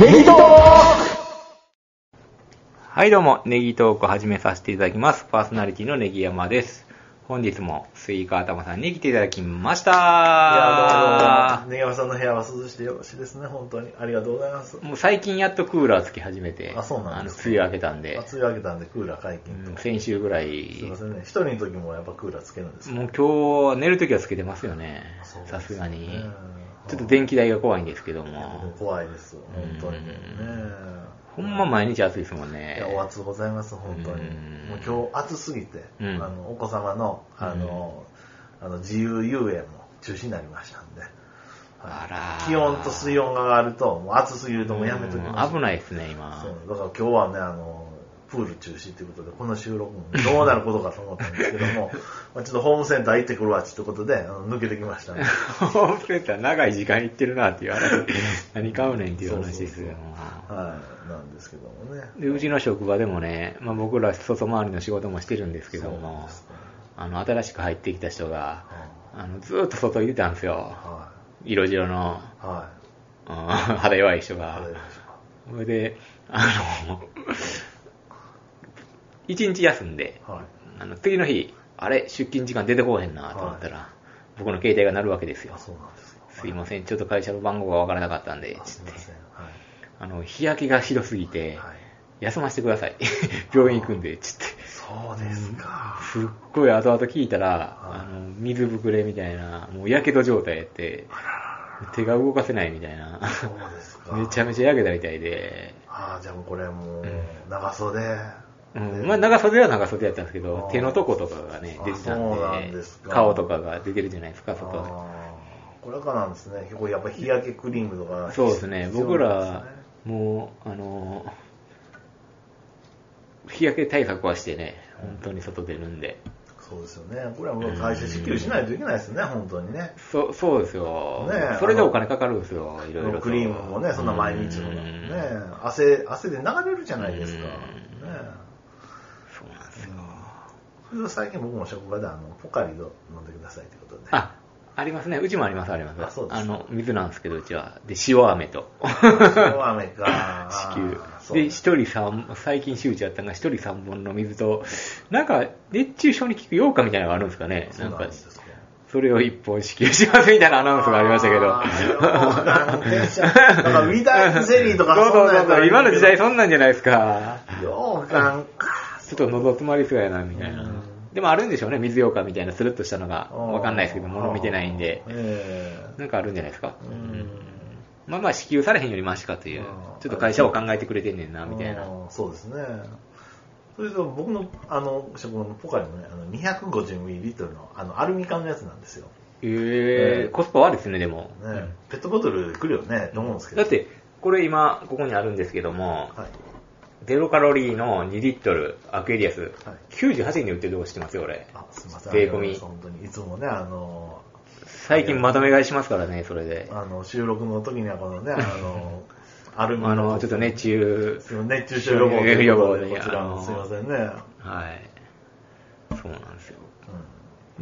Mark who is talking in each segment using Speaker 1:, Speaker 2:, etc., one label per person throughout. Speaker 1: ネギトー
Speaker 2: はい、どうも、ネギトーク始めさせていただきます。パーソナリティのネギ山です。本日もスイカ頭さんに来ていただきました。い
Speaker 3: いやどうもどうも、根山さんの部屋は涼しくてよろしいですね、本当に。ありがとうございます。
Speaker 2: もう最近やっとクーラーつき始めて、
Speaker 3: あそうなんです
Speaker 2: の梅雨明けたんで、
Speaker 3: 暑いわけたんでクーラー解禁
Speaker 2: うん
Speaker 3: と。
Speaker 2: 先週ぐらい、
Speaker 3: すいませんね、一人の時もやっぱクーラーつけるんですよ
Speaker 2: もう今日寝るときはつけてますよね
Speaker 3: あ。そうですね
Speaker 2: さすがに。
Speaker 3: うん
Speaker 2: ちょっと電気代が怖いんですけど
Speaker 3: もう
Speaker 2: も、
Speaker 3: 怖いですよ、本当にね。ね
Speaker 2: ほんま毎日暑いですもん
Speaker 3: い
Speaker 2: ね
Speaker 3: や。お暑うございます、本当に。
Speaker 2: うん
Speaker 3: もう今日暑すぎて、
Speaker 2: うん
Speaker 3: あのお子様のあの、あの自由遊園も中止になりましたんで。はい
Speaker 2: あらー
Speaker 3: 気温と水温が上がると、もう暑すぎるともうやめときましょ
Speaker 2: うん危ないですね、今。
Speaker 3: そうだから今日はね、あの、プール中止ということで、この収録もどうなることかと思ったんですけども、 まあちょっとホームセンター行ってくるわ、ちょっということで、あの抜けてきました ね。
Speaker 2: ホームセンター長い時間行ってるなっていう話。 何買うねんっていう話ですよ。
Speaker 3: はい、なんですけどもね。
Speaker 2: で、うちの職場でもね、まあ、僕ら外回りの仕事もしてるんですけど
Speaker 3: そうなん
Speaker 2: も
Speaker 3: で、すね
Speaker 2: あの、新しく入ってきた人が、
Speaker 3: は
Speaker 2: あの、ずーっと外に出たんですよ。
Speaker 3: は
Speaker 2: 色白の、
Speaker 3: い。は
Speaker 2: うん 肌弱い人
Speaker 3: い。あ
Speaker 2: が
Speaker 3: れ。でし
Speaker 2: それで、あの、 一日休んで
Speaker 3: ょ、うかはい。
Speaker 2: あの、次の日、あれ、出勤時間出てこうへんなと思ったら、僕の携帯が鳴るわけですよ
Speaker 3: あ、。そうなんですか。
Speaker 2: すいません、ちょっと会社の番号がわからなかったんで
Speaker 3: あ、
Speaker 2: つっ
Speaker 3: すい
Speaker 2: て
Speaker 3: ま。せん。は
Speaker 2: あの、日焼けがひどすぎ
Speaker 3: い。
Speaker 2: て、
Speaker 3: はい。
Speaker 2: 休ませてください。 病院行くんで、つって。
Speaker 3: そうですか。
Speaker 2: すっごい後々聞いたら、
Speaker 3: はい
Speaker 2: あの、水ぶくれみたいな、もうやけど状態やって、手が動かせないみたいな。
Speaker 3: そうですか。
Speaker 2: めちゃめちゃやけたみたいで、
Speaker 3: ああ、じゃあもうこれもう
Speaker 2: うん、
Speaker 3: 長袖。
Speaker 2: うん、まあ長袖は長袖やったんですけど
Speaker 3: あ、ー
Speaker 2: 手のとことかがね、
Speaker 3: あ
Speaker 2: 出てたん
Speaker 3: そうなん
Speaker 2: で、
Speaker 3: ですか
Speaker 2: 顔とかが出てるじゃないですか、
Speaker 3: あ
Speaker 2: 外。
Speaker 3: ーこれからなんですね。結構やっぱ日焼けクリームとか、
Speaker 2: そうですね、
Speaker 3: 必要
Speaker 2: 僕
Speaker 3: なん
Speaker 2: ら
Speaker 3: ですね、
Speaker 2: もう、あの、日焼け対策はしてね、本当に外出るんで。
Speaker 3: そうですよね。これはもう会社支給しないといけないですね、本当にね。
Speaker 2: そそうですよ、
Speaker 3: ねえ
Speaker 2: それでお金かかるんですよ、いろいろと。
Speaker 3: クリームもね、そんな毎日のね
Speaker 2: うん、
Speaker 3: 汗、汗で流れるじゃないですか。ね
Speaker 2: うんそうなんですよ。
Speaker 3: それと最近僕も職場であのポカリを飲んでくださいということで。
Speaker 2: あ、ありますね。うちもあります、あります。
Speaker 3: あそうですか
Speaker 2: の、水なんですけど、うちは。で、塩飴と。
Speaker 3: 塩 飴か。
Speaker 2: 支
Speaker 3: そ
Speaker 2: 給。
Speaker 3: うね
Speaker 2: で、一人三、最近周知やったのが、一人三本の水と、なんか、熱中症に効く羊羹みたいなのがあるんですかね。
Speaker 3: そ
Speaker 2: な
Speaker 3: うんなん
Speaker 2: か
Speaker 3: で、すか。
Speaker 2: それを一本支給しますみたいなアナウンスがありましたけど。
Speaker 3: あーようかん、だからウィダーゼリーとか
Speaker 2: そう
Speaker 3: そ
Speaker 2: そ
Speaker 3: ん
Speaker 2: う
Speaker 3: なん
Speaker 2: そ
Speaker 3: や
Speaker 2: う
Speaker 3: った
Speaker 2: そ
Speaker 3: ら
Speaker 2: う、
Speaker 3: いいけど
Speaker 2: 今の時代そんなんじゃないですか。
Speaker 3: ようかんか。
Speaker 2: ちょっと喉詰まりそうやな、みたいな。でもあるんでしょうね、水羊羹みたいなスルッとしたのが。わかんないですけど、物見てないんで
Speaker 3: あ。ー。え
Speaker 2: なんかあるんじゃないですか。
Speaker 3: えうん
Speaker 2: まあまあ、支給されへんよりマシかという
Speaker 3: あ。ー
Speaker 2: ちょっと会社を考えてくれてんねんな、みたいな。
Speaker 3: うんそうですね。それと僕の、あの、職場のポカリもね、あの、250ml の、あの、アルミ缶のやつなんですよ。
Speaker 2: ええ
Speaker 3: うん
Speaker 2: コスパ悪いですね、でも。
Speaker 3: ね、ペットボトルで来るよね、と思うんですけど。
Speaker 2: だっ、て、これ今、ここにあるんですけども、
Speaker 3: はい。
Speaker 2: ゼロカロリーの2リットル、アクエリアス、
Speaker 3: はい
Speaker 2: 98円で売ってるとこ知ってますよ、俺。
Speaker 3: あ、すいません。
Speaker 2: 税込み
Speaker 3: ありがとうございます本当に。いつもね、あの、
Speaker 2: 最近まとめ買いしますからね、それで。
Speaker 3: あの、収録の時にはこのね、あ の、アルミ
Speaker 2: あの、ちょっと熱中、
Speaker 3: その熱中症予防ということ
Speaker 2: 予防
Speaker 3: で、
Speaker 2: で
Speaker 3: こちら
Speaker 2: あの
Speaker 3: もすいませんね。
Speaker 2: はい。そうなんですよ。
Speaker 3: うん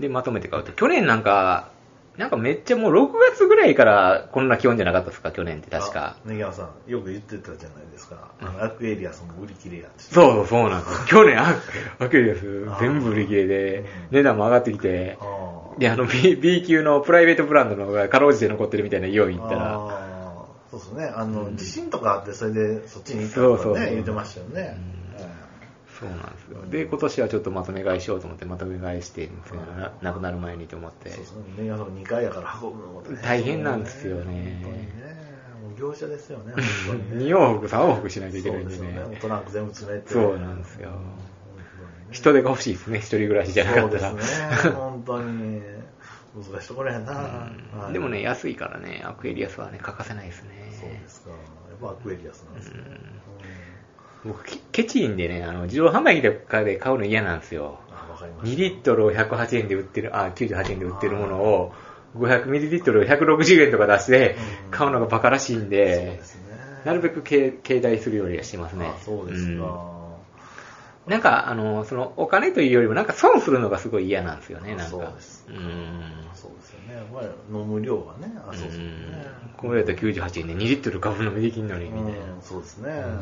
Speaker 2: で、まとめて買うと。去年なんか、なんかめっちゃもう6月ぐらいからこんな気温じゃなかったですか、去年って確か。
Speaker 3: あ。ネギ山さん、よく言ってたじゃないですか。あのアクエリアスも売り切れやって。
Speaker 2: そうそう、そうなんです。去年、あアクエリアス全部売り切れで、
Speaker 3: うん
Speaker 2: 値段も上がってきて、
Speaker 3: あ
Speaker 2: で、あの B, B 級のプライベートブランドの方がかろうじて残ってるみたいなイオン行ったら、
Speaker 3: あーそうですね。あの、
Speaker 2: うん
Speaker 3: 地震とかあって、それでそっちに行ったとかね、
Speaker 2: そうそうそう
Speaker 3: 言ってましたよね。
Speaker 2: そうなんですよ。で、今年はちょっとまとめ買いしようと思って、まとめ買いしてるんですけど、ななくなる前にと思っ
Speaker 3: う
Speaker 2: て
Speaker 3: ん、そうですね。年賀さん2回やから運ぶのもね
Speaker 2: 大変なんですよね
Speaker 3: 本当にね。もう業者ですよね、 本当にね。
Speaker 2: 2往復、3往復しないといけ
Speaker 3: そ
Speaker 2: な
Speaker 3: う
Speaker 2: いん
Speaker 3: で
Speaker 2: です
Speaker 3: よね。もう
Speaker 2: ね。
Speaker 3: トランク全部詰めて。
Speaker 2: そうなんですよ
Speaker 3: 本
Speaker 2: 人手が欲しいですね、一人暮らしじゃな
Speaker 3: 当に
Speaker 2: かったら。
Speaker 3: ね。そうですね。本当に。難しいところやな、はい
Speaker 2: でもね、安いからね、アクエリアスはね、欠かせないですね。
Speaker 3: そうですか。やっぱアクエリアスなんですね。
Speaker 2: う
Speaker 3: うんん
Speaker 2: 僕、ケケチいんでね、あの、自動販売機とかで買うの嫌なんですよ。
Speaker 3: あ、わかりま
Speaker 2: 2
Speaker 3: し
Speaker 2: リットルを108円で売ってる、あ、98円で売ってるものを、500ミリリットルを160円とか出して
Speaker 3: うん
Speaker 2: 買うのがバカらしいん
Speaker 3: た。そう
Speaker 2: で
Speaker 3: で、すね。
Speaker 2: なるべくけ携帯するようにはしてますね
Speaker 3: あ。そうですか。
Speaker 2: うんなんか、あの、その、お金というよりも、なんか損するのがすごい嫌なんですよね、なんか。
Speaker 3: そうです
Speaker 2: うーん。
Speaker 3: そうですよね。まあ、飲む量はね、あ、そうですよ
Speaker 2: う
Speaker 3: ね。
Speaker 2: んこれだったら98円で2リットルガブ飲みできんのに、みたいな
Speaker 3: うん、。そうですね。うん。やっ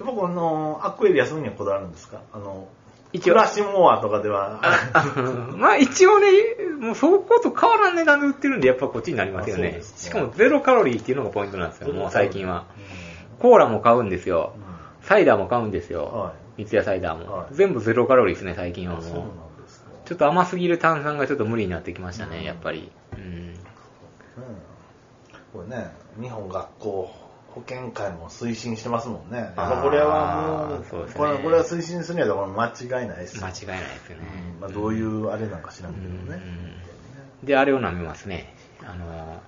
Speaker 3: ぱこの、アッコエリアそういうにはこだわるんですかあの、
Speaker 2: 一応
Speaker 3: フラッシュモアとかでは、
Speaker 2: あ まあ一応ね、もうそこと変わらん値段で売ってるんで、やっぱこっちになりますよ
Speaker 3: あそう
Speaker 2: ね
Speaker 3: で。す
Speaker 2: しかもゼロカロリーっていうのがポイントなんですよ、もう最近は。
Speaker 3: う
Speaker 2: コーラも買うんですよ
Speaker 3: ん。。う
Speaker 2: サイダーも買うんです
Speaker 3: んは
Speaker 2: よ。
Speaker 3: い。
Speaker 2: 三ツ矢サイダーも
Speaker 3: は。い
Speaker 2: 全部ゼロカロリーですね、最近は
Speaker 3: あそうな
Speaker 2: も
Speaker 3: んですね
Speaker 2: う。。ちょっと甘すぎる炭酸がちょっと無理になってきました
Speaker 3: う
Speaker 2: ね、
Speaker 3: ん
Speaker 2: やっぱり。うん。
Speaker 3: うんこれね、日本学校保健会も推進してますもんね。やっ
Speaker 2: あー
Speaker 3: ぱこれはもう
Speaker 2: そうですね
Speaker 3: これ、これは推進するにはこれ間違いないです。
Speaker 2: 間違いないですよね
Speaker 3: うん。まあ、どういうあれなんか知らんけど
Speaker 2: うん
Speaker 3: ね。
Speaker 2: で、あれを飲みますね。あの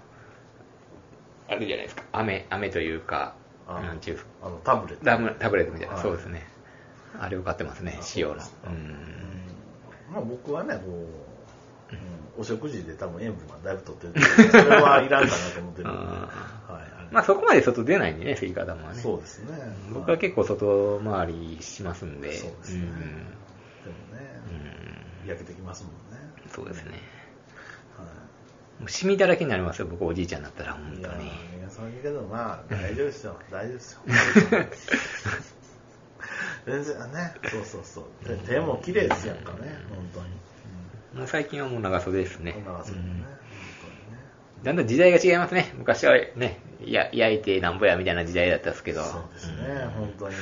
Speaker 2: ー、あれじゃないですか。飴、飴というか、
Speaker 3: あ
Speaker 2: なんちゅう
Speaker 3: あの、タブレット。
Speaker 2: ラムタブレットみたいな、
Speaker 3: はい
Speaker 2: そうですね。あれを買ってますね
Speaker 3: あ、
Speaker 2: 塩の。う
Speaker 3: そ
Speaker 2: ん。
Speaker 3: まあ僕はね、こう、うんお食事で多分塩分はだいぶ取ってると思うんで。それはいらんかなと思ってるんで。はい
Speaker 2: あ
Speaker 3: あ
Speaker 2: ー
Speaker 3: れ
Speaker 2: まあそこまで外出ないんでね、スイカ玉はね。
Speaker 3: そうですね。
Speaker 2: 僕は結構外回りしますんで。
Speaker 3: そうですね
Speaker 2: ん
Speaker 3: 構。で
Speaker 2: う
Speaker 3: もね、
Speaker 2: ん
Speaker 3: 焼けてきますもんね。
Speaker 2: そうですね。
Speaker 3: はい
Speaker 2: もうシミだらけになりますよ、僕おじいちゃんになったら、本
Speaker 3: い
Speaker 2: 当
Speaker 3: や
Speaker 2: に。
Speaker 3: いやそういうけどまあ大丈夫ですよ大丈夫 ですよ全然ねそうそうそうで手も綺麗ですやんかね本当に、
Speaker 2: もう最近はもう長袖です
Speaker 3: う
Speaker 2: ね
Speaker 3: ん、。長袖ね
Speaker 2: うん
Speaker 3: 本
Speaker 2: だんだん時代が違いますね。昔はね、や焼いてなんぼやみたいな時代だったんですけど。
Speaker 3: 当にねそうですね、本当に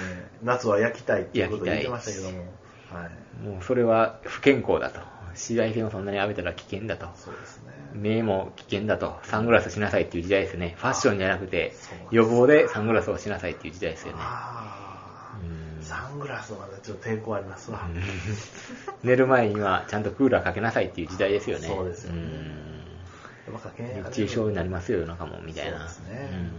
Speaker 3: 夏は焼きたいっていうことを言ってましたけどもはい
Speaker 2: うんもうそれは不健康だと。紫外線をそんなに浴びたら危険だと。
Speaker 3: そうですね
Speaker 2: 目も危険だと。サングラスしなさいっていう時代ですね。ファッションじゃなくて
Speaker 3: そうなん、です
Speaker 2: 予防でサングラスをしなさいっていう時代ですよね。
Speaker 3: ああ
Speaker 2: うん
Speaker 3: サングラスはまだちょっと抵抗ありますわ、
Speaker 2: 寝る前にはちゃんとクーラーかけなさいっていう時代ですよね。
Speaker 3: そうですよね
Speaker 2: うん
Speaker 3: やっぱかけん
Speaker 2: 熱中症になりますよ、夜中も、みたいな。
Speaker 3: そうですね
Speaker 2: うん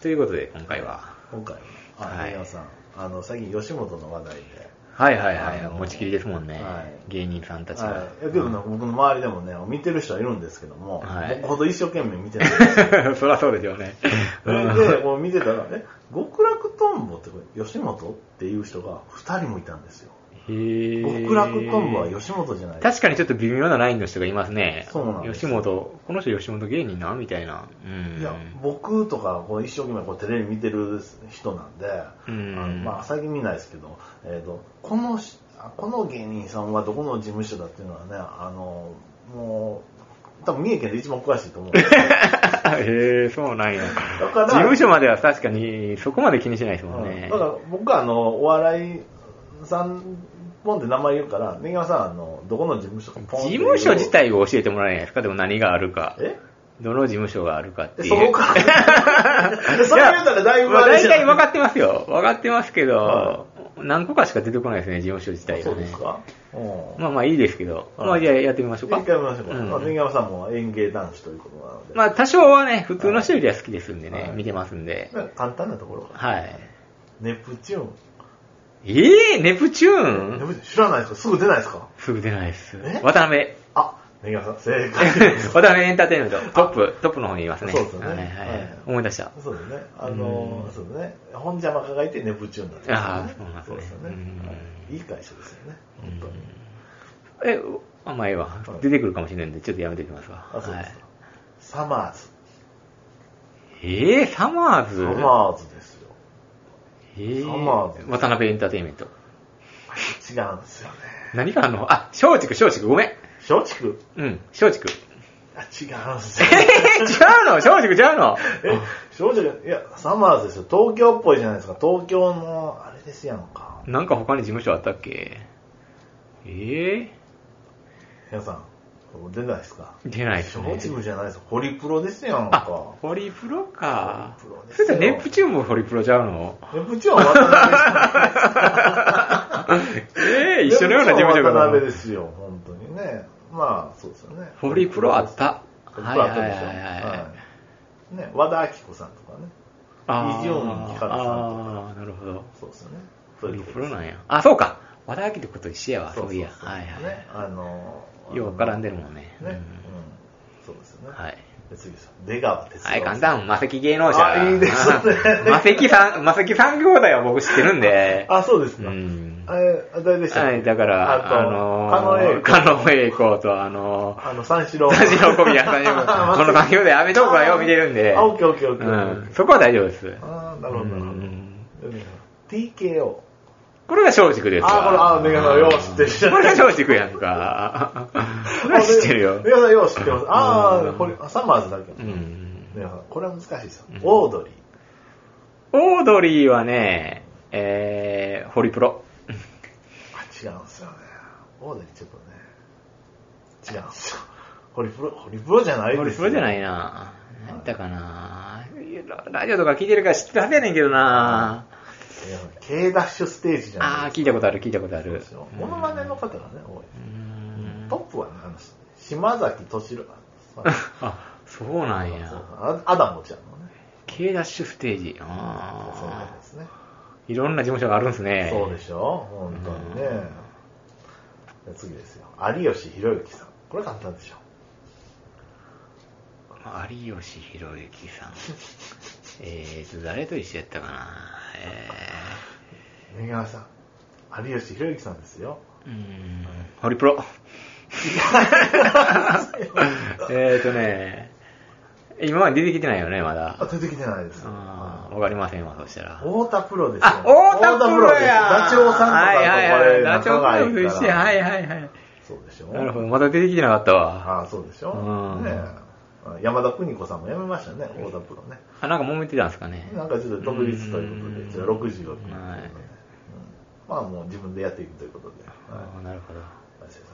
Speaker 2: ということで、今回は。
Speaker 3: 今回はあ
Speaker 2: はい
Speaker 3: 皆さんあの最近吉本の話題で
Speaker 2: はいはいはい、
Speaker 3: あの
Speaker 2: 持ちきりですもんね、
Speaker 3: はい
Speaker 2: 芸人さんたちが。
Speaker 3: はい、いやけどね、僕の周りでもね、見てる人はいるんですけども、
Speaker 2: はい
Speaker 3: 僕ほど一生懸命見 てないんですよ。
Speaker 2: そりゃそうですよね。
Speaker 3: それで、こう見てたら、え、極楽とんぼってこれ、吉本っていう人が2人もいたんですよ。極
Speaker 2: 極
Speaker 3: 楽とんぼは吉本じゃない
Speaker 2: 確かにちょっと微妙なラインの人がいますね。
Speaker 3: そうなんです
Speaker 2: 吉本、この人吉本芸人なみたいな。うん。
Speaker 3: いや、僕とか、こう一生懸命こうテレビ見てる人なんで、
Speaker 2: うん
Speaker 3: あのまあ最近見ないですけど、えっ、と、このし、あこの芸人さんはどこの事務所だっていうのはね、あの、もう、多分三重県で一番詳しいと思うんですけど
Speaker 2: へえ、そうなんや。
Speaker 3: だから
Speaker 2: 事務所までは確かにそこまで気にしないですもん
Speaker 3: う
Speaker 2: ね
Speaker 3: ん。だから僕はあのお笑いさんポンって名前言うから根際さんあのどこの事務所かポンっ
Speaker 2: 事
Speaker 3: て言
Speaker 2: 務
Speaker 3: う
Speaker 2: 所自体を教えてもらえないですかでも何があるか。
Speaker 3: え
Speaker 2: どの事務所があるかってい
Speaker 3: え
Speaker 2: う。
Speaker 3: そこから それ言うたらだいぶ
Speaker 2: まあ
Speaker 3: あれ
Speaker 2: 大
Speaker 3: じゃ
Speaker 2: 体
Speaker 3: ん
Speaker 2: 分かってますよ。分かってますけ
Speaker 3: は
Speaker 2: ど、何個かしか出てこないですね、事務所自体がね。
Speaker 3: そうですかうん
Speaker 2: まあまあいいですけど。
Speaker 3: はい
Speaker 2: まあじゃあやってみましょうか
Speaker 3: 一。回見ましょうか
Speaker 2: うん
Speaker 3: まあ根際さんも演芸男子ということなので
Speaker 2: まあ多少はね、普通の人よりは好きですんで
Speaker 3: は
Speaker 2: ね
Speaker 3: い、
Speaker 2: 見てますんで。
Speaker 3: なんか簡単なところ
Speaker 2: はい。
Speaker 3: ネプチューン
Speaker 2: えぇ、ネプチュ
Speaker 3: ネ
Speaker 2: ーン
Speaker 3: プチューン知らないですかすぐ出ないですか
Speaker 2: すぐ出ないです
Speaker 3: え。
Speaker 2: 渡 辺。
Speaker 3: あ根際さん正解
Speaker 2: 渡辺エンターテインメント、トップ、トップの方にいますね。
Speaker 3: そうですね
Speaker 2: はいはいは
Speaker 3: はい
Speaker 2: い。思い出した。
Speaker 3: そうですね あのそうですね本邪魔がいてネプチューンだった
Speaker 2: ああそうなんですね
Speaker 3: そうですよ
Speaker 2: う
Speaker 3: ね
Speaker 2: ん
Speaker 3: はいいい会社ですよね本当に
Speaker 2: え、あ、まあええわ
Speaker 3: は。い
Speaker 2: 出てくるかもしれないんで、ちょっとやめておきますわ。
Speaker 3: あ、そう
Speaker 2: は
Speaker 3: で
Speaker 2: い
Speaker 3: すか。サマーズ。
Speaker 2: えぇ、サマー
Speaker 3: サ
Speaker 2: ズ
Speaker 3: マーズですよ。
Speaker 2: えぇ
Speaker 3: サマーズ
Speaker 2: 渡辺エンターテインメント。
Speaker 3: 違うんですよね。
Speaker 2: 何かあんのあ、松竹、松竹、ごめん。
Speaker 3: 松竹
Speaker 2: うん、松竹。
Speaker 3: あ、違うんですよ。
Speaker 2: え ぇ、 違うの松竹違うの
Speaker 3: え、松竹、いや、サマーズですよ。東京っぽいじゃないですか。東京の、あれですやんか。
Speaker 2: なんか他に事務所あったっけえ
Speaker 3: 皆さん、出ないですか
Speaker 2: ぇ、出ないですね
Speaker 3: 松。竹じゃないです。ホリプロですやん
Speaker 2: あ
Speaker 3: か、。
Speaker 2: ホリプロか
Speaker 3: ホリプロ。です
Speaker 2: それ
Speaker 3: よ
Speaker 2: じゃネプチューンもホリプロちゃう の
Speaker 3: ネプチューンは渡辺ですよ。
Speaker 2: ええ、 一緒のような事務所
Speaker 3: ネプチューンは渡
Speaker 2: が。
Speaker 3: 辺ですよ、本当にね。まあ、そうですよね。
Speaker 2: ホリプロあった。
Speaker 3: ホリ
Speaker 2: は
Speaker 3: プ
Speaker 2: い
Speaker 3: ロ
Speaker 2: はいは
Speaker 3: あっ
Speaker 2: い
Speaker 3: た
Speaker 2: は
Speaker 3: でしょ。
Speaker 2: い。
Speaker 3: い。ね、和田アキ子さんとかね。
Speaker 2: あー
Speaker 3: イジオンヒカルさんとか
Speaker 2: あーなるほど。
Speaker 3: そうですよね。
Speaker 2: ホリプロ
Speaker 3: ん
Speaker 2: なんや。あ、そうか。和田明ってこと一緒やわ、そういや。はいはい。
Speaker 3: ね、あの
Speaker 2: よう絡ん
Speaker 3: で
Speaker 2: でるもんね。
Speaker 3: ね、うん
Speaker 2: う
Speaker 3: そうですよ
Speaker 2: ん
Speaker 3: ね。
Speaker 2: はい。
Speaker 3: 哲也さん。出川哲也さん。
Speaker 2: はい、簡単、魔石芸能者。
Speaker 3: あいいです ね
Speaker 2: 魔石さん、魔石三兄弟は僕知ってるんで。
Speaker 3: あ、そうです
Speaker 2: う
Speaker 3: か。
Speaker 2: ん。
Speaker 3: あれ、あ誰でしたっけ
Speaker 2: はい、だから、あのー、
Speaker 3: あと、
Speaker 2: 狩野英孝と、あのー、
Speaker 3: あの、三四郎。
Speaker 2: 三四郎小宮さんにも、 この三兄弟、アメトークはよう見てるんで。
Speaker 3: あ、オッケーオッケーオッケ
Speaker 2: う
Speaker 3: ー。
Speaker 2: ん、そこは大丈夫です。
Speaker 3: ああ、なるほど、な
Speaker 2: う
Speaker 3: るほど
Speaker 2: ん。
Speaker 3: うん。TKO。
Speaker 2: これが松竹ですわ
Speaker 3: あこれあメガさんよう知ってる
Speaker 2: これが松竹やん か。これは知ってるよ。
Speaker 3: 皆さんよう知ってます。あ
Speaker 2: う
Speaker 3: あ、
Speaker 2: ん
Speaker 3: これ、あサマーズだけ
Speaker 2: う。ん。
Speaker 3: 皆さん、これは難しいですよ
Speaker 2: うん。
Speaker 3: オードリー。
Speaker 2: オードリーはね、えー、ホリプロ。
Speaker 3: あ、違うんですよね。オードリーちょっとね。違うんですよ。ホリプロ、ホリプロじゃないですよ
Speaker 2: ホリプロじゃないな。何だかな。ラジオとか聞いてるから知ってるはずやねんけどな。
Speaker 3: 皆さん K ダッシュステージじゃ
Speaker 2: あ
Speaker 3: な
Speaker 2: あ
Speaker 3: い
Speaker 2: ー、聞いたことある、聞いたことあ
Speaker 3: そう
Speaker 2: る
Speaker 3: ですよ。。モノマネの方がね、多い。
Speaker 2: うん
Speaker 3: トップはね、あの、島崎敏郎。
Speaker 2: あ、そうなん
Speaker 3: そう
Speaker 2: や。
Speaker 3: あアダモちゃんのね。
Speaker 2: K ダッシュステージ。
Speaker 3: そうなん
Speaker 2: あ
Speaker 3: で
Speaker 2: あ。
Speaker 3: すね。
Speaker 2: いろんな事務所があるんですね。
Speaker 3: そうでしょ本当にね。じゃあ次ですよ。有吉弘行さん。これ簡単でしょ。
Speaker 2: 有吉弘行さん。えーと、誰と一緒やったかな。
Speaker 3: 三川さん。有吉弘行さんですよ。
Speaker 2: えー、うーん、ホリプロ。えーとね、今まで出てきてないよね、ま
Speaker 3: あ、
Speaker 2: だ。
Speaker 3: 出てきてないです。
Speaker 2: あーわかりませんわ、そしたら。
Speaker 3: 太田プロですよ。
Speaker 2: あ、太田プロ
Speaker 3: です。
Speaker 2: や
Speaker 3: ダチョウさんとかと
Speaker 2: はいはい
Speaker 3: こ
Speaker 2: は
Speaker 3: れ
Speaker 2: い、ダチョウ
Speaker 3: 仲がいい
Speaker 2: プロと一緒や
Speaker 3: から
Speaker 2: はいはいはい。
Speaker 3: そうでしょ
Speaker 2: なるほど、まだ出てきてなかったわ。
Speaker 3: ああ、そうでしょ
Speaker 2: うん
Speaker 3: ねえ山田邦子さんも辞めましたね、太田プロね。
Speaker 2: あ、なんか揉めてたんですかね。
Speaker 3: なんかちょっと独立という
Speaker 2: う
Speaker 3: こと
Speaker 2: ん
Speaker 3: で、じゃあ60億、
Speaker 2: はい
Speaker 3: うんまあもう自分でやっていくということで。はい
Speaker 2: あーなるほど。
Speaker 3: 大事です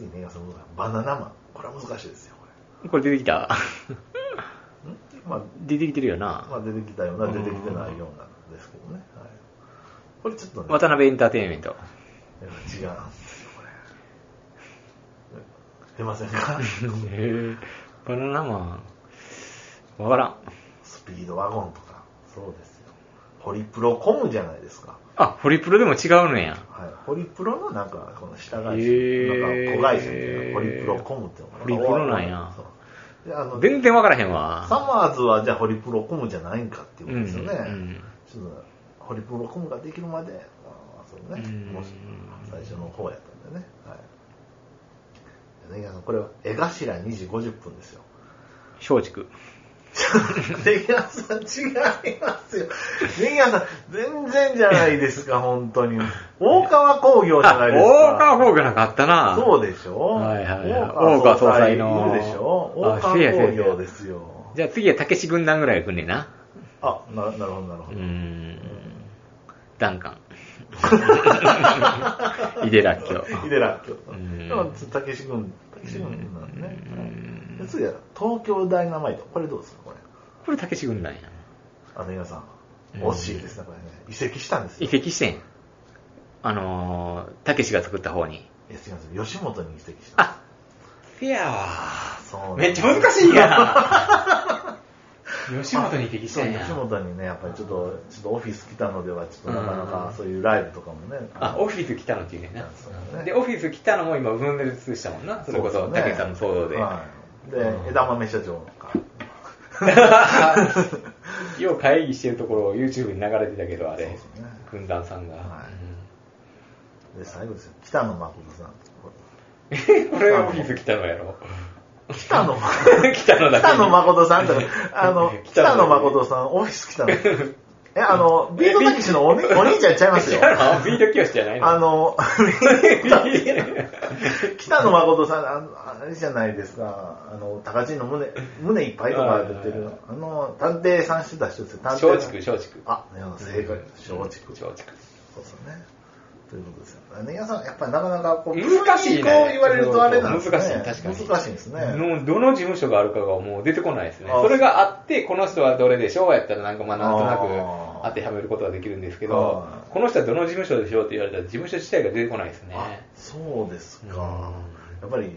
Speaker 3: ね。次ね、そのバナナマン。これは難しいですよ、こ
Speaker 2: これ出てきた
Speaker 3: れ。んま
Speaker 2: 出てきてるよ
Speaker 3: あ、
Speaker 2: な。
Speaker 3: まあ、出てきたような、出てきてないようなんですけどね。はい、これちょっとね、
Speaker 2: 渡辺エンターテインメント。
Speaker 3: 違うんですよ、これ。出ません か
Speaker 2: へえバナナマン。わからん。
Speaker 3: スピードワゴンとか。そうですよ。ホリプロコムじゃないですか。
Speaker 2: あ、ホリプロでも違うのや。
Speaker 3: はい、ホリプロのなんか、この下会社、なんか
Speaker 2: へ
Speaker 3: 子
Speaker 2: ー
Speaker 3: 会社みたいな、ホリプロコムっていうのかな
Speaker 2: ホリプロなんや
Speaker 3: そうであの
Speaker 2: 全然わからへん
Speaker 3: サ
Speaker 2: わ。
Speaker 3: マーズはじゃあホリプロコムじゃないんかってい
Speaker 2: う
Speaker 3: うこと
Speaker 2: ん。
Speaker 3: ですよね。
Speaker 2: うん
Speaker 3: ちょっとホリプロコムができるまで、まあ、そうね、
Speaker 2: うん
Speaker 3: もし最初の方やったんでね。はい。でねあのこれは絵頭2時50分ですよ。
Speaker 2: 松竹。
Speaker 3: ネギヤさん違いますよ。ネギヤさん全然じゃないですか、本当に。大川工業じゃ
Speaker 2: あ、
Speaker 3: ないですか。
Speaker 2: 大川工業なんかあったな。
Speaker 3: そうでしょ
Speaker 2: はいはいはい大
Speaker 3: 大川総裁
Speaker 2: 川総裁の
Speaker 3: いるでしょ
Speaker 2: あ
Speaker 3: 大川
Speaker 2: せやせや
Speaker 3: 工業ですよ。
Speaker 2: じゃあ次は武志軍団ぐらいが来んねんな。
Speaker 3: あ、ななるほど、なる
Speaker 2: う
Speaker 3: ほ
Speaker 2: ー
Speaker 3: ど。
Speaker 2: ん。ダンカ ン。イデラッキョ。
Speaker 3: イデラ今日。
Speaker 2: うん
Speaker 3: でもたけし軍、たけし軍なんでね。はいで次は東京ダイナマイト。これどうですか、これ。
Speaker 2: これ武志軍団や。
Speaker 3: あの皆さ
Speaker 2: う
Speaker 3: ん、
Speaker 2: ん
Speaker 3: 惜しいですね、これね。移籍したんです
Speaker 2: 移
Speaker 3: よ。
Speaker 2: 籍してん。あのー、武志が作った方に。
Speaker 3: いや、違うんですよ。吉本に移籍したんです。
Speaker 2: あ、フェアは
Speaker 3: そうなん
Speaker 2: め
Speaker 3: で
Speaker 2: っ
Speaker 3: す
Speaker 2: ちゃ難しいや ん。吉本に移籍し
Speaker 3: そ
Speaker 2: た
Speaker 3: うん
Speaker 2: や
Speaker 3: 吉
Speaker 2: ん。
Speaker 3: 本にね、やっぱりちょっと、ちょっとオフィス来たのでは、ちょっとなかな
Speaker 2: う
Speaker 3: か
Speaker 2: ん
Speaker 3: そういうライブとかもね。
Speaker 2: あ、オフィス来たのっていうねんな
Speaker 3: そうですね
Speaker 2: で、オフィス来たのも今、分裂したもんな。それこそ、
Speaker 3: うですね
Speaker 2: 武さんの騒動で。
Speaker 3: はい。
Speaker 2: うん
Speaker 3: で、枝豆社長か。
Speaker 2: よう会議してるところを YouTube に流れてたけど、あれ
Speaker 3: そうですね。
Speaker 2: 軍団さんが。
Speaker 3: はい
Speaker 2: うん
Speaker 3: で、最後ですよ。北野誠さん。
Speaker 2: え、 これオフィス来たのや ろ。
Speaker 3: 北野
Speaker 2: 来たのだけ
Speaker 3: 北野誠さんとか、あの、
Speaker 2: 北
Speaker 3: 北
Speaker 2: 野
Speaker 3: 野誠さん、オフィス来たの。え、あの、ビートたけしのお,、ね、お兄ちゃんちゃいます
Speaker 2: 違
Speaker 3: よ
Speaker 2: う。のビート教師じゃないの
Speaker 3: あの、
Speaker 2: い
Speaker 3: 北野誠さん、あのあれじゃないですか、あの、高知の胸、胸いっぱいとか出てる、あの、探偵さんしてた人ですよ、探偵
Speaker 2: 松竹、松竹。
Speaker 3: あ、ね、正解、松竹。
Speaker 2: 松竹。
Speaker 3: そうですね。ということですよ。ね、皆さん、やっぱりなかなかこう、
Speaker 2: 難しいね
Speaker 3: 急にこう言われるとあれなんですね。
Speaker 2: 難しい確かに
Speaker 3: 難しいですね。
Speaker 2: のどの事務所があるかがもう出てこないですね。
Speaker 3: あ
Speaker 2: それがあって、この人はどれでしょうやったらなんかまあなんとな
Speaker 3: あ
Speaker 2: く
Speaker 3: ー
Speaker 2: 当てはめることはできるんですけど
Speaker 3: あ、ー
Speaker 2: この人はどの事務所でしょうって言われたら事務所自体が出てこないですね。
Speaker 3: あ、そうですか。
Speaker 2: うん
Speaker 3: やっぱり、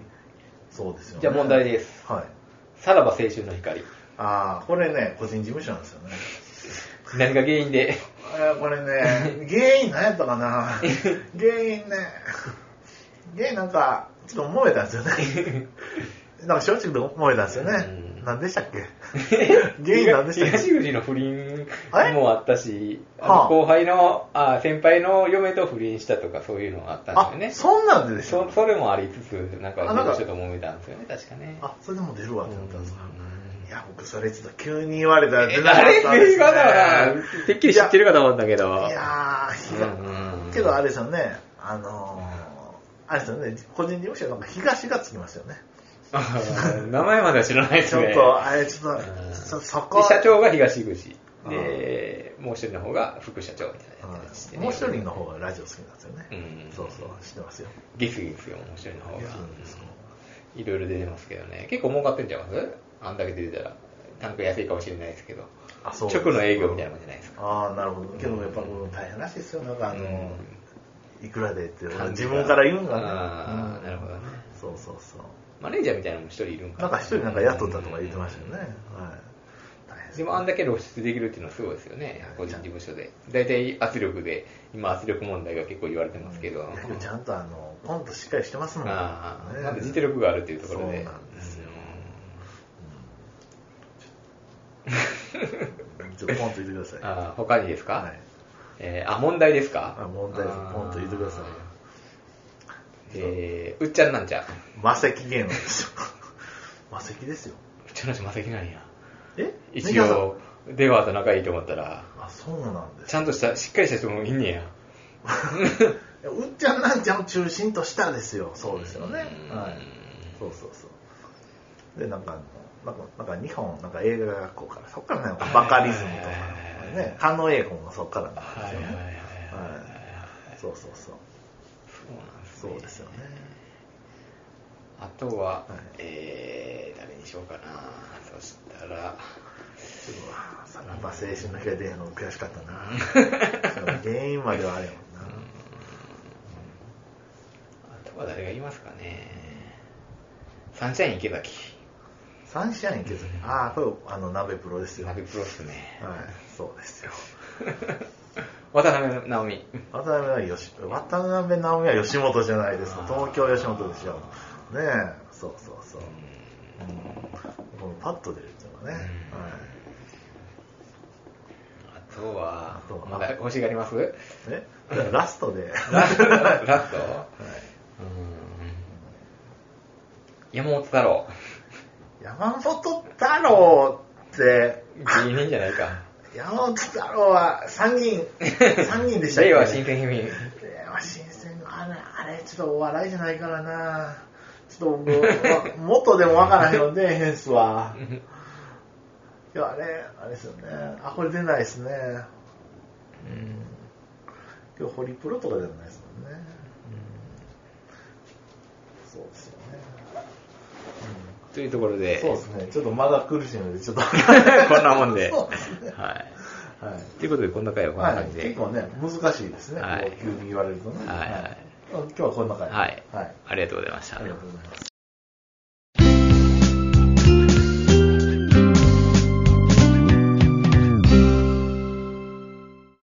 Speaker 3: そうですよね。
Speaker 2: じゃあ問題です。
Speaker 3: はい。
Speaker 2: さらば青春の光。
Speaker 3: ああ、これね、個人事務所なんですよ ね。
Speaker 2: 何が原因で。
Speaker 3: えーこれね、原因何やったか な原因ね、 原因なんか、ちょっと燃えたんですよね。なんか正直で燃えたんですよね。
Speaker 2: うん
Speaker 3: 何でしたっ け原因何で
Speaker 2: 東
Speaker 3: したっけ
Speaker 2: 口の不倫
Speaker 3: あれ
Speaker 2: もあったし、あ
Speaker 3: は
Speaker 2: の
Speaker 3: あ
Speaker 2: 後輩の、あ先輩の嫁と不倫したとかそういうのがあった
Speaker 3: あ
Speaker 2: んですよね。
Speaker 3: そんなんででしょ
Speaker 2: そそれもありつつ、なんか
Speaker 3: あなんか
Speaker 2: ちょっと揉めたんですよね、確かね。
Speaker 3: あそれでも出るわってなったんですか
Speaker 2: うん
Speaker 3: いや僕それちょっと急に言われたら出
Speaker 2: え
Speaker 3: なか
Speaker 2: あれ
Speaker 3: っ
Speaker 2: って
Speaker 3: たんで
Speaker 2: 言
Speaker 3: すね
Speaker 2: わなてっきり知ってるかと思ったけど。
Speaker 3: いやー、
Speaker 2: うんうん
Speaker 3: けどあれですよね、あのー、あれですよね、個人事務所なんか東がつきますよね。
Speaker 2: 名前までは知らないで
Speaker 3: ち
Speaker 2: す
Speaker 3: ょ
Speaker 2: ね。
Speaker 3: っと、あれ、ちょっ
Speaker 2: うん
Speaker 3: と、そそこは
Speaker 2: で社長が東口
Speaker 3: あ。
Speaker 2: で、もう一人の方が副社長みたいなやつでして
Speaker 3: うん
Speaker 2: ね
Speaker 3: もう一人の方がラジオ好きなんですよね。
Speaker 2: うん
Speaker 3: そうそう、知ってますよ。
Speaker 2: ギスギスよ、もう一人の方
Speaker 3: いや
Speaker 2: が
Speaker 3: そう。です
Speaker 2: いろいろ出てますけどね。結構儲かってんちゃいますあんだけ出てたら。単価安いかもしれないですけど。
Speaker 3: あそう
Speaker 2: 直の営業みたいなもんじゃないですか。
Speaker 3: ああ、なるほど。けど、やっぱこう大変らしいですよ。なんか、あのー、いくらでって、俺
Speaker 2: 感じ
Speaker 3: 自
Speaker 2: が
Speaker 3: 分から言うんがね。
Speaker 2: ああ
Speaker 3: うん
Speaker 2: なるほどね
Speaker 3: そうそうそう。
Speaker 2: マネージャーみたいなのも一人いるんか
Speaker 3: なんか一人なんか雇ったとか言ってましたよね。はい。大変
Speaker 2: でもあんだけ露出できるっていうのはすごいですよね、個人事務所で。大体圧力で、今圧力問題が結構言われてますけど。
Speaker 3: だけどちゃんとあのコントしっかりしてますもん
Speaker 2: ああ、
Speaker 3: ね
Speaker 2: まだ実力があるっていうところで。
Speaker 3: そうなんですようんちょっとポンと言ってください
Speaker 2: ああ他にですか、
Speaker 3: はい
Speaker 2: えーあ、問題ですか
Speaker 3: あ問題ですポンと言ってくださいよ
Speaker 2: えー、うっちゃんなんちゃん。う
Speaker 3: 魔石芸能ですよ魔石ですよ
Speaker 2: っちゃんなんちゃん魔石なんや。
Speaker 3: え
Speaker 2: 一応、出川と仲いいと思ったら、
Speaker 3: あそうなんです
Speaker 2: ちゃんとした、しっかりした人もいんねや。
Speaker 3: うっちゃんなんちゃんを中心としたですよそうですよね
Speaker 2: うん
Speaker 3: はいそうそうそうでなんかあのなんかなんか日本なんか映画学校からそっからねバカリズムとか
Speaker 2: はい
Speaker 3: ね狩野英孝もそっからなんで
Speaker 2: は
Speaker 3: す
Speaker 2: い
Speaker 3: よ
Speaker 2: はいはい
Speaker 3: ね
Speaker 2: はい。
Speaker 3: はいそうそうそ
Speaker 2: そ
Speaker 3: う
Speaker 2: うなんです、ね。
Speaker 3: そうですよね。
Speaker 2: あとは、
Speaker 3: はい
Speaker 2: えー、誰にしようかな。そしたら、
Speaker 3: ちょっとまあさらば青春の光が出るの悔しかったな。 原因まではあれやもんな。
Speaker 2: あとは誰がいますかね。サンシャイン池崎。
Speaker 3: サンシャイン池崎。ああ、これ、あの、鍋プロですよ。は
Speaker 2: ナ
Speaker 3: い
Speaker 2: ビ、プロっす ね。
Speaker 3: そうですよ。
Speaker 2: 渡辺直美。
Speaker 3: 渡辺はよし、渡辺直美は吉本じゃないです。東京吉本でしょ。ねえ、そうそうそう。うんこのパッと出るっていうのはね。
Speaker 2: うん
Speaker 3: はい。
Speaker 2: あとは
Speaker 3: あとは、
Speaker 2: まだ欲しがります
Speaker 3: えじゃあラストで。
Speaker 2: ラストラスト
Speaker 3: はい
Speaker 2: うん山本太 郎。
Speaker 3: 山本太郎って、
Speaker 2: 芸人じゃないか。
Speaker 3: 山本太郎は参議 院、参議院でしたっけ
Speaker 2: 令和新選組。
Speaker 3: 令和新選組あれ、あれ、ちょっとお笑いじゃないからなちょっと僕、もっとでもわからへんの で、へんすわ。いや、あれ、あれですよね。あ、これ出ないですね。今日、ホリプロとかじゃないですもんね。そうですよね。
Speaker 2: というところで、
Speaker 3: そうですね。ちょっとまだ苦しいので、ち ょっと。
Speaker 2: こんなもんで。
Speaker 3: そうですね。
Speaker 2: はい。
Speaker 3: はい。
Speaker 2: ということで、こんな回はこんな
Speaker 3: はい
Speaker 2: 感、じで。
Speaker 3: 結構ね、難しいですね。
Speaker 2: はい
Speaker 3: こう急に言われるとね。
Speaker 2: はい
Speaker 3: 今日はこんな感じ。
Speaker 2: はい
Speaker 3: はい。
Speaker 2: ありがとうございました。
Speaker 3: ありがとうございます。